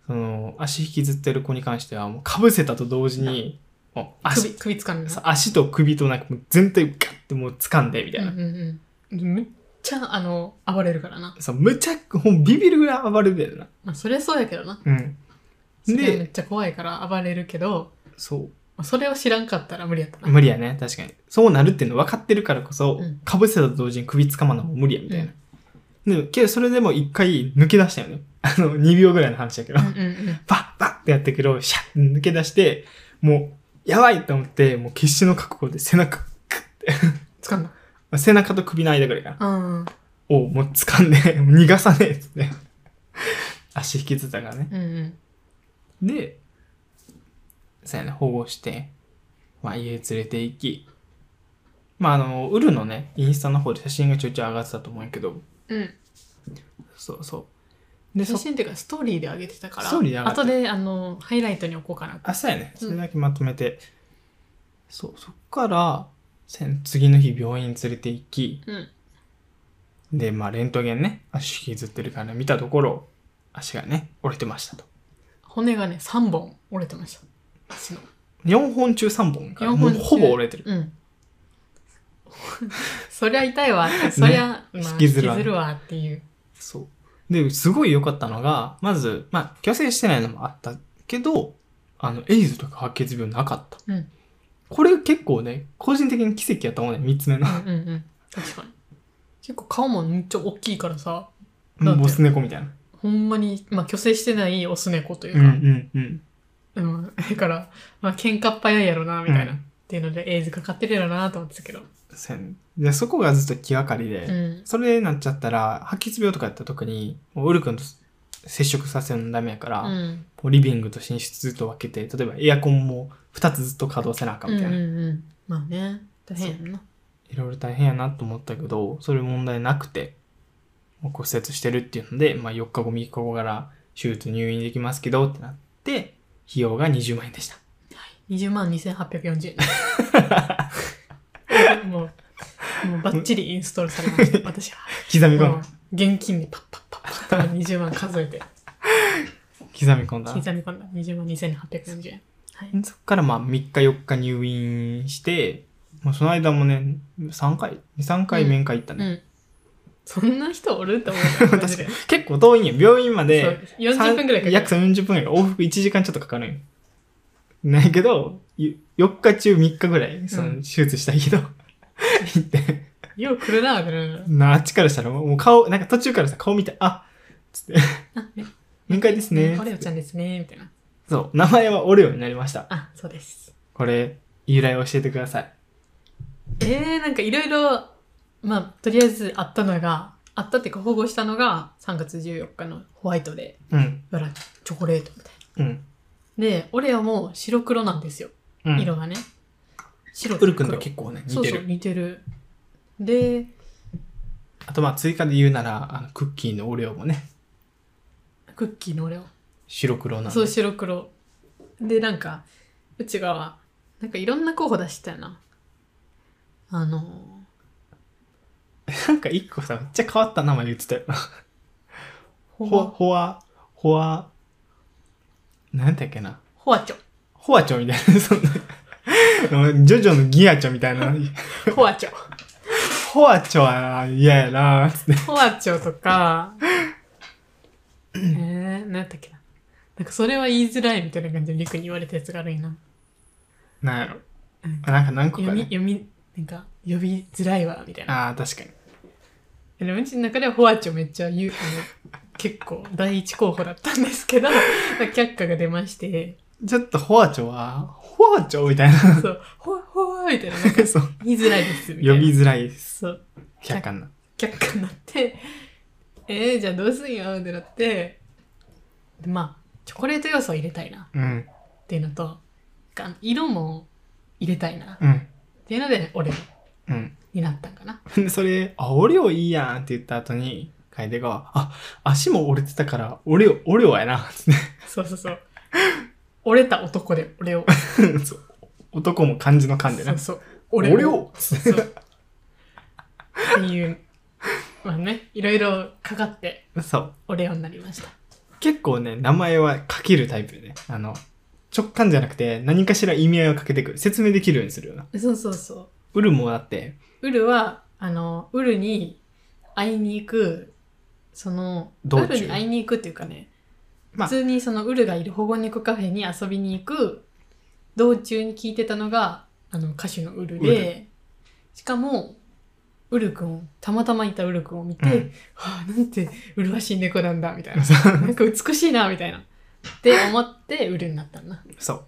S1: その、足引きずってる子に関しては、もう被せたと同時に、もう
S2: 首、
S1: 足、
S2: 首掴んで
S1: そう
S2: な。
S1: 足と首となんかもう全体をガッてもう掴んで、みたい
S2: うん
S1: な。
S2: うんうん。むっちゃ、あの、暴れるからな。
S1: そう、むちゃく、ほんビビるぐらい暴れてるな。
S2: まあ、そりゃそうやけどな。
S1: うん。
S2: それはめ
S1: で、
S2: っちゃ怖いから暴れるけど、
S1: そう。
S2: まあそれを知らんかったら無理やったな。
S1: 無理やね確かにそうなるっていうの分かってるからこそ、
S2: うん
S1: かぶせたと同時に首つかまんのも無理やみたいな、でけどそれでも一回抜け出したよね あの2秒ぐらいの話だけど、
S2: うんうんうん。
S1: バッバッってやったけどシャッ抜け出してもうやばいと思ってもう決死の覚悟で背中
S2: つかんだ。
S1: 背中と首の間ぐらいかな
S2: うん。
S1: をもう掴んで逃がさねえっつって足引きずったからね
S2: うんうん
S1: でそうやね保護して、まあ、家連れて行きまああのウルのねインスタの方で写真がちょいちょい上がってたと思うんやけど
S2: うん
S1: そうそうで
S2: 写
S1: そ
S2: 真っていうかストーリーで上げてたから
S1: ストーリーで上がった
S2: 後であのハイライトに置こうかな
S1: あそうやね
S2: うん
S1: それだけまとめて、そうそっからせん次の日病院連れて行き
S2: うん
S1: でまあレントゲンね足引きずってるから見たところ足がね折れてましたと
S2: 骨がね3本折れてました足の
S1: 4本中3本が
S2: 4
S1: もう
S2: 本中
S1: ほぼ折れてる
S2: うん そりゃ痛いわそりゃ、まあ、
S1: 引
S2: 引
S1: き
S2: き
S1: ず
S2: ず
S1: る
S2: る
S1: わ
S2: わっていう
S1: そう。で、すごい良かったのが、まず、まあ、虚勢してないのもあったけど、あの、エイズとか白血病なかった。
S2: うん
S1: これ結構ね、個人的に奇跡やと思うね、三つ目の
S2: う。んうんうん確かに結構顔もめっちゃ大きいからさだって
S1: ボス猫みたいな。
S2: ほんまに、まあ、虚勢してないオス猫という
S1: うんう
S2: か、
S1: んうん。
S2: うん、だから、まあ、喧嘩っ早いやろなみたいな、
S1: うん
S2: っていうのでエイズかかってるやろなと思ってたけど、
S1: そうやねで、そこがずっと気がかりで、
S2: うん、
S1: それになっちゃったら、白血病とかやったら特に、もうウル君と接触させるのダメやから、
S2: う
S1: も
S2: ん
S1: うリビングと寝室ずっと分けて、例えばエアコンも2つずっと稼働せなあかんみたいな。
S2: うんうんうん、まあね大変やんない
S1: ろいろ大変やなと思ったけど、それ問題なくて、もう骨折してるっていうので、まあ4日後、3日後から手術入院できますけどってなって、費用が20万円でした。
S2: 20万2840円もうもうバッチリインストールされました私は
S1: 刻み込
S2: も
S1: ん
S2: う
S1: だ。
S2: 現金でパッパッパッパッと20万数えて
S1: 刻み込んだ
S2: 刻み。込んだ20万2840円はい
S1: そっからまあ3日4日入院して、もうその間もね、3回、2、3回面会行った
S2: う
S1: ね。
S2: んそんな人おるって思うからマジで
S1: 結構遠いんや。病院ま
S2: そう
S1: で、
S2: 40分くらいかか
S1: さん
S2: る
S1: 約40分ぐらい。往復1時間ちょっとかかるんよ。ないけど、4日中3日ぐらい、その
S2: うん
S1: 手術したいけど、行って。
S2: よう来るなぁ、来る
S1: なあっちからしたらもう顔、なんか途中からさ、顔見て、あつって、
S2: な。あ、ね。
S1: 面会ですね
S2: オ。レオちゃんですね、みたいな。
S1: そう、名前はオレオになりました。
S2: あ、そうです。
S1: これ、由来を教えてください。
S2: えー、なんかいろいろ、まあ、とりあえずあったのが、あったっていうか保護したのが3月14日のホワイトで、
S1: うん、
S2: ほら、チョコレートみたい
S1: うん、
S2: な。で、オレオも白黒なんですよ、
S1: うん。
S2: 色がね。白
S1: ウ
S2: と
S1: ル
S2: 黒
S1: 君と結構ね、
S2: そ
S1: 似
S2: う
S1: て
S2: そう、
S1: る。
S2: 似てる。で、
S1: あとまあ追加で言うなら、あのクッキーのオレオもね、
S2: クッキーのオレオ。
S1: 白黒なん
S2: そう、
S1: で。
S2: 白黒。で、なんか、うちがは、なんかいろんな候補出してたよな。あのー、
S1: なんか一個さ、めっちゃ変わった名前言ってたよな。
S2: ほ
S1: ほ、
S2: わ、
S1: ほわ、ほわ、なんだっけな。
S2: ほわちょ。
S1: ほわちょみたいな、そんな。 ジョジョのギアチョみたいな。
S2: ほわちょ。
S1: ほわちょは嫌やな、つって。
S2: ほわちょと か、えー、なんやったっけな。なんかそれは言いづらいみたいな感じでりくに言われたやつがあるんやな。
S1: なんやろ
S2: うん。
S1: あなんか何個
S2: 読
S1: か
S2: み、
S1: ね。
S2: 読み、なんか、呼びづらいわ、みたいな。
S1: ああ、確かに。
S2: でもうちの中ではほわちょめっちゃ言う、あの結構第一候補だったんです けど、なんか却下が出まして、
S1: ちょっとホワチョは、ホワチョみたいな。
S2: そう、ほわほわみたいな、なんか
S1: そう。
S2: 言いづらいです、み
S1: 呼
S2: たいな。
S1: びづらいです。
S2: そう、
S1: 客観な。
S2: 却下になって、えー、じゃあどうすんよってなって、でまあ、チョコレート要素を入れたいな。
S1: うん。
S2: っていうのと、が色も入れたいなっ
S1: うん。
S2: ていうので、俺
S1: うん。
S2: になったんかな。
S1: で、それ、あ、オレオいいやんって言った後に、楓が、あ、足も折れてたから、オレオ、オレオやな、 つっ
S2: そうそうそう。折れた男で俺を。
S1: て。そう男も漢字の漢で
S2: そ
S1: な
S2: う。そう。
S1: オレオ
S2: そうそう。っていう、まあね、いろいろかかって、
S1: そう。
S2: 俺をになりました。
S1: 結構ね、名前は書けるタイプでね。あの、直感じゃなくて、何かしら意味合いをかけてくる。説明できるようにするよな。
S2: そうそうそう。
S1: ウルもだって、
S2: ウルは、あの、ウルに会いに行く、その、ウ
S1: 道中
S2: ルに会いに行くっていうかね、
S1: まあ
S2: 普通にそのウルがいる保護猫カフェに遊びに行く道中に聞いてたのが、あの、歌手のウルで、しかも、ウルくん、たまたまいたウルくんを見て、
S1: うん
S2: はあ、なんて麗しい猫なんだ、みたいな。なんか美しいな、みたいな。って思って、ウルになったんだ。
S1: そ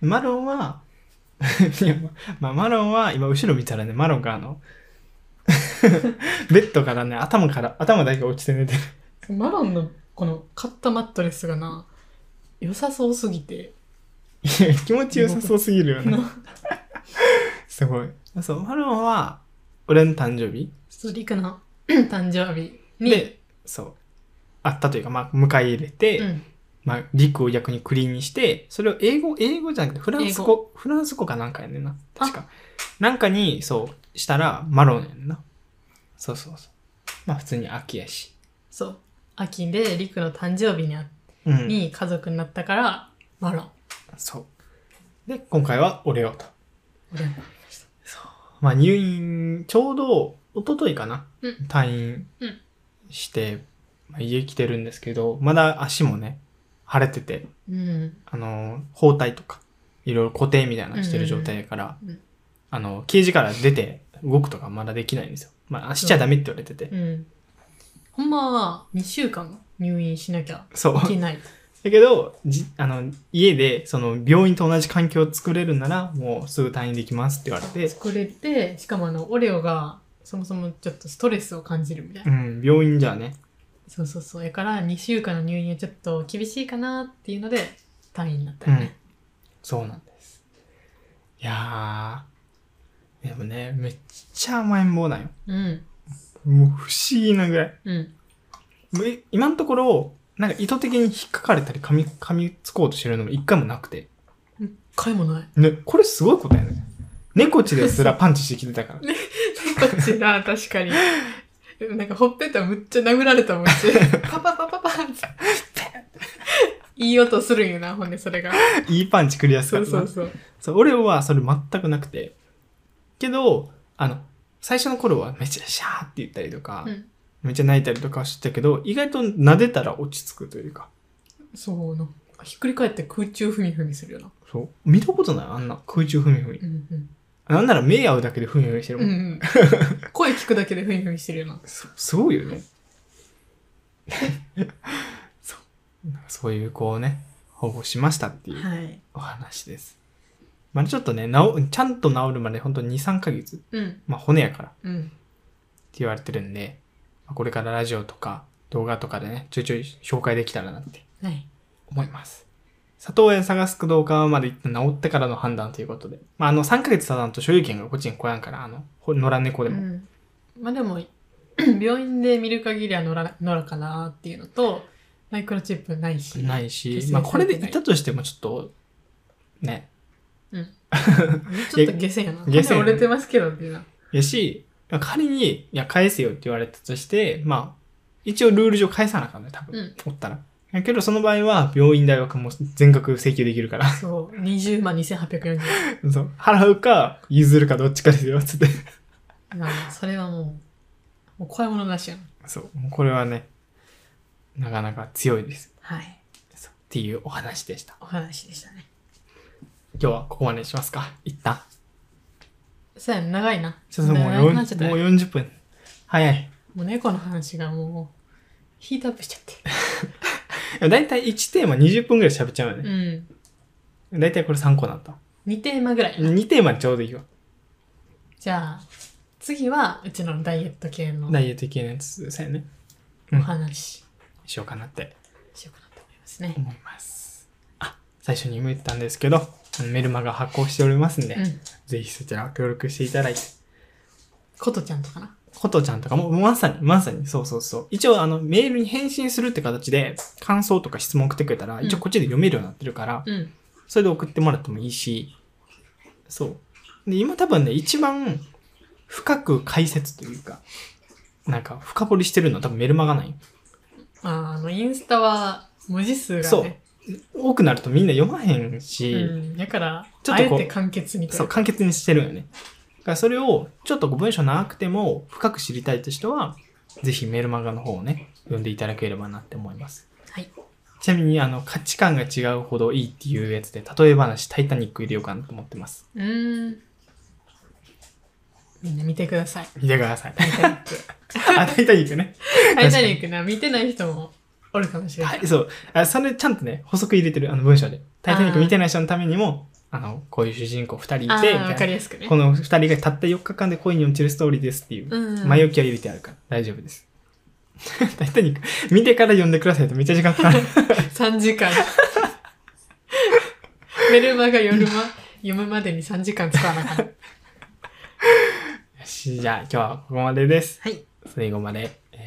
S1: う。マ ロンは、いや、ままあ、マロンは、今後ろ見たらね、マロンがあの、 ベッドからね、頭から、頭だけ落ちて寝てる。
S2: マロンのこの買ったマットレスがな、良さそうすぎ て。
S1: いや、気持ちよさそうすぎるよね。
S2: な
S1: すごい。そう、マロンは、俺の誕生日
S2: そう、リクの誕生日に、
S1: で、そう、あったというか、まあ、迎え入れて、
S2: うん、
S1: まあ、リクを逆にクリーンにして、それを英語、英語じゃなくて、フランス
S2: 英
S1: 語、フランス語かなんかやねんな。確か。なんかに、そう、したら、マロンやねんな。そうそうそう。まあ、普通に秋やし。
S2: そう、秋でリクの誕生日にあ
S1: うん。
S2: に家族になったから、マロン、
S1: そう。で、今回は俺をと。
S2: 俺も。
S1: まあ、入院、ちょうど、一昨日かな、
S2: うん
S1: 退院
S2: うん
S1: して、まあ、家来てるんですけど、まだ足もね、腫れてて、
S2: うん、
S1: あの、包帯とか、いろいろ固定みたいなのしてる状態やから、
S2: うんうんうん
S1: あの、ケージから出て動くとかまだできないんですよ。まあ、しちゃダメって言われてて。
S2: うん。ほんまは2週間入院しなきゃ
S1: そう。
S2: いけない。
S1: だけど、じあの、家で、その、病院と同じ環境を作れるなら、もうすぐ退院できますって言われて、
S2: 作れて、しかもあの、オレオがそもそもちょっとストレスを感じるみたいな
S1: う。ん、病院じゃね、
S2: そうそうそう。やから2週間の入院はちょっと厳しいかなっていうので退院になった
S1: うん
S2: よね。。
S1: そうなんです。いやー、でもね、めっちゃ甘えん坊なんよ。
S2: うん。
S1: もう不思議なぐらい。
S2: うん。
S1: もうえ今のところ、なんか意図的に引っかかれたり噛み、噛みつこうとしてるのも一回もなくて。
S2: 一回もない。
S1: ね、これすごいことやね。猫ちです らパンチしてきてたから。
S2: こっちな、確かに。なんかほっぺたむっちゃ殴られた もんし。パパパパパンって。いい音するんよな、ほんでそれが。
S1: いいパンチクリアす
S2: そ
S1: かっ
S2: う
S1: たな
S2: そうそう。
S1: そう俺はそれ全くなくて。けど、あの、最初の頃はめっちゃシャーって言ったりとか、
S2: うん
S1: めっちゃ泣いたりとかしてたけど、意外と撫でたら落ち着くというか。
S2: そうな。ひっくり返って空中ふみふみするよな。
S1: そう。見たことないあんな空中ふみふみ。
S2: うんうん。
S1: なんなら目合うだけでふみふみしてる
S2: う
S1: もん。
S2: んうん、声聞くだけでふみふみしてるよな。
S1: すすごいよね。そう。なんかそういう子をね、保護しましたっていう
S2: はい。
S1: お話です。まあちょっとね、治ちゃんと治るまで本当に2、3ヶ月、
S2: うん。
S1: まあ骨やからって
S2: うん。
S1: 言われてるんで、まあこれからラジオとか動画とかでね、ちょいちょい紹介できたらなって
S2: はい。
S1: 思います。里親探すかどうかまで一旦治ってからの判断ということで。まあ、あの、3ヶ月経たんと所有権がこっちに来やんから、あの、ほ野良猫でも。
S2: うん、まあでも 病院で見る限りは野良野良かなっていうのとマイクロチップないし
S1: ないし
S2: 消、せ
S1: まあ、これで
S2: されてない
S1: いたとしてもちょっと、ね。
S2: ちょっと下船やな
S1: 下船
S2: 骨折れてますけどっていうな
S1: やし、仮に、いや、返せよって言われたとして、まあ、一応ルール上返さなあかんね、多分。
S2: うん
S1: おったら。やけど、その場合は、病院代はもう全額請求できるから。
S2: そう20万2840円
S1: そう。払うか、譲るかどっちかですよ、つって。
S2: まあそれはもうもう怖いものなしやな
S1: そう。もうこれはね、なかなか強いです。
S2: はい
S1: そうっていうお話でした。
S2: お話でしたね
S1: 今日はここまでにしますか一旦。
S2: そうやな長いな
S1: ちょっともう
S2: 長
S1: よ
S2: く
S1: んも
S2: な
S1: う
S2: っちゃったねも
S1: 40分。早い。
S2: う猫の話がもうヒートアップしちゃっ
S1: だいたい1テーマ20分ぐらい喋っちゃうよ
S2: て
S1: ね。
S2: うん
S1: だいたいこれ3個なった。
S2: 2テーマぐらいな
S1: 2テーマちょうどいいわ。
S2: じゃあ次はうちのダイエット系の
S1: ダイエット系のやつさやね。
S2: お話
S1: しようかなって
S2: しようかなと思いますね、
S1: 思います。あ、最初にも言ったんですけど、あのメルマガ発行しておりますんで、
S2: うん
S1: ぜひそちら協力していただいて。
S2: ことちゃんとかな。
S1: ことちゃんとかも、まさに、まさに、そうそうそう。一応、あの、メールに返信するって形で、感想とか質問送ってくれたら、
S2: うん
S1: 一応こっちで読めるようになってるから、
S2: うん。
S1: それで送ってもらってもいいし、そう。で、今多分ね、一番深く解説というか、なんか深掘りしてるのは多分メルマガない。
S2: ああの、インスタは文字数が
S1: そう
S2: ね。。
S1: 多くなるとみんな読まへんし、
S2: うん。だから、
S1: ちょっ
S2: あ
S1: と
S2: え
S1: こう
S2: て簡潔みたいな。
S1: そう、簡潔にしてるよね。だからそれを、ちょっと文章長くても深く知りたいって人は、ぜひメルマガの方をね、読んでいただければなって思います。
S2: はい。
S1: ちなみに、あの、価値観が違うほどいいっていうやつで、例え話、タイタニック入れようかなと思ってます。
S2: うーん。みんな見てください。
S1: 見てください。
S2: タイタニック。
S1: あ、タイタニックね。
S2: タイタニックな、見てない人もおるかもしれな。
S1: はいい、そう。あそれちゃんとね、補足入れてる、あの文章で。タイタニック見てない人のためにも、あの、こういう主人公二人いて、み
S2: あ
S1: たい
S2: ーわか
S1: な
S2: りやすくね
S1: こ。の二人がたった4日間で恋に落ちるストーリーですっていう。
S2: うん
S1: 前置きは入れてあるから大丈夫です。 タイタニック、見てから読んでくださいとめっちゃ時間かか る。
S2: 3 時間。メルマが夜ま、読むまでに3時間使わなかった。
S1: よしじゃあ今日はここまでです。
S2: はい。
S1: 最後まで、えー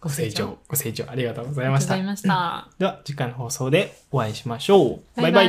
S1: ご
S2: ご
S1: 清
S2: 清聴
S1: 聴、ご清聴ありがとうござ
S2: あ
S1: い
S2: り
S1: ま
S2: がとうご
S1: した
S2: ざい。ました。
S1: では次回の放送でお会いしましょう。バイバイ。
S2: イ。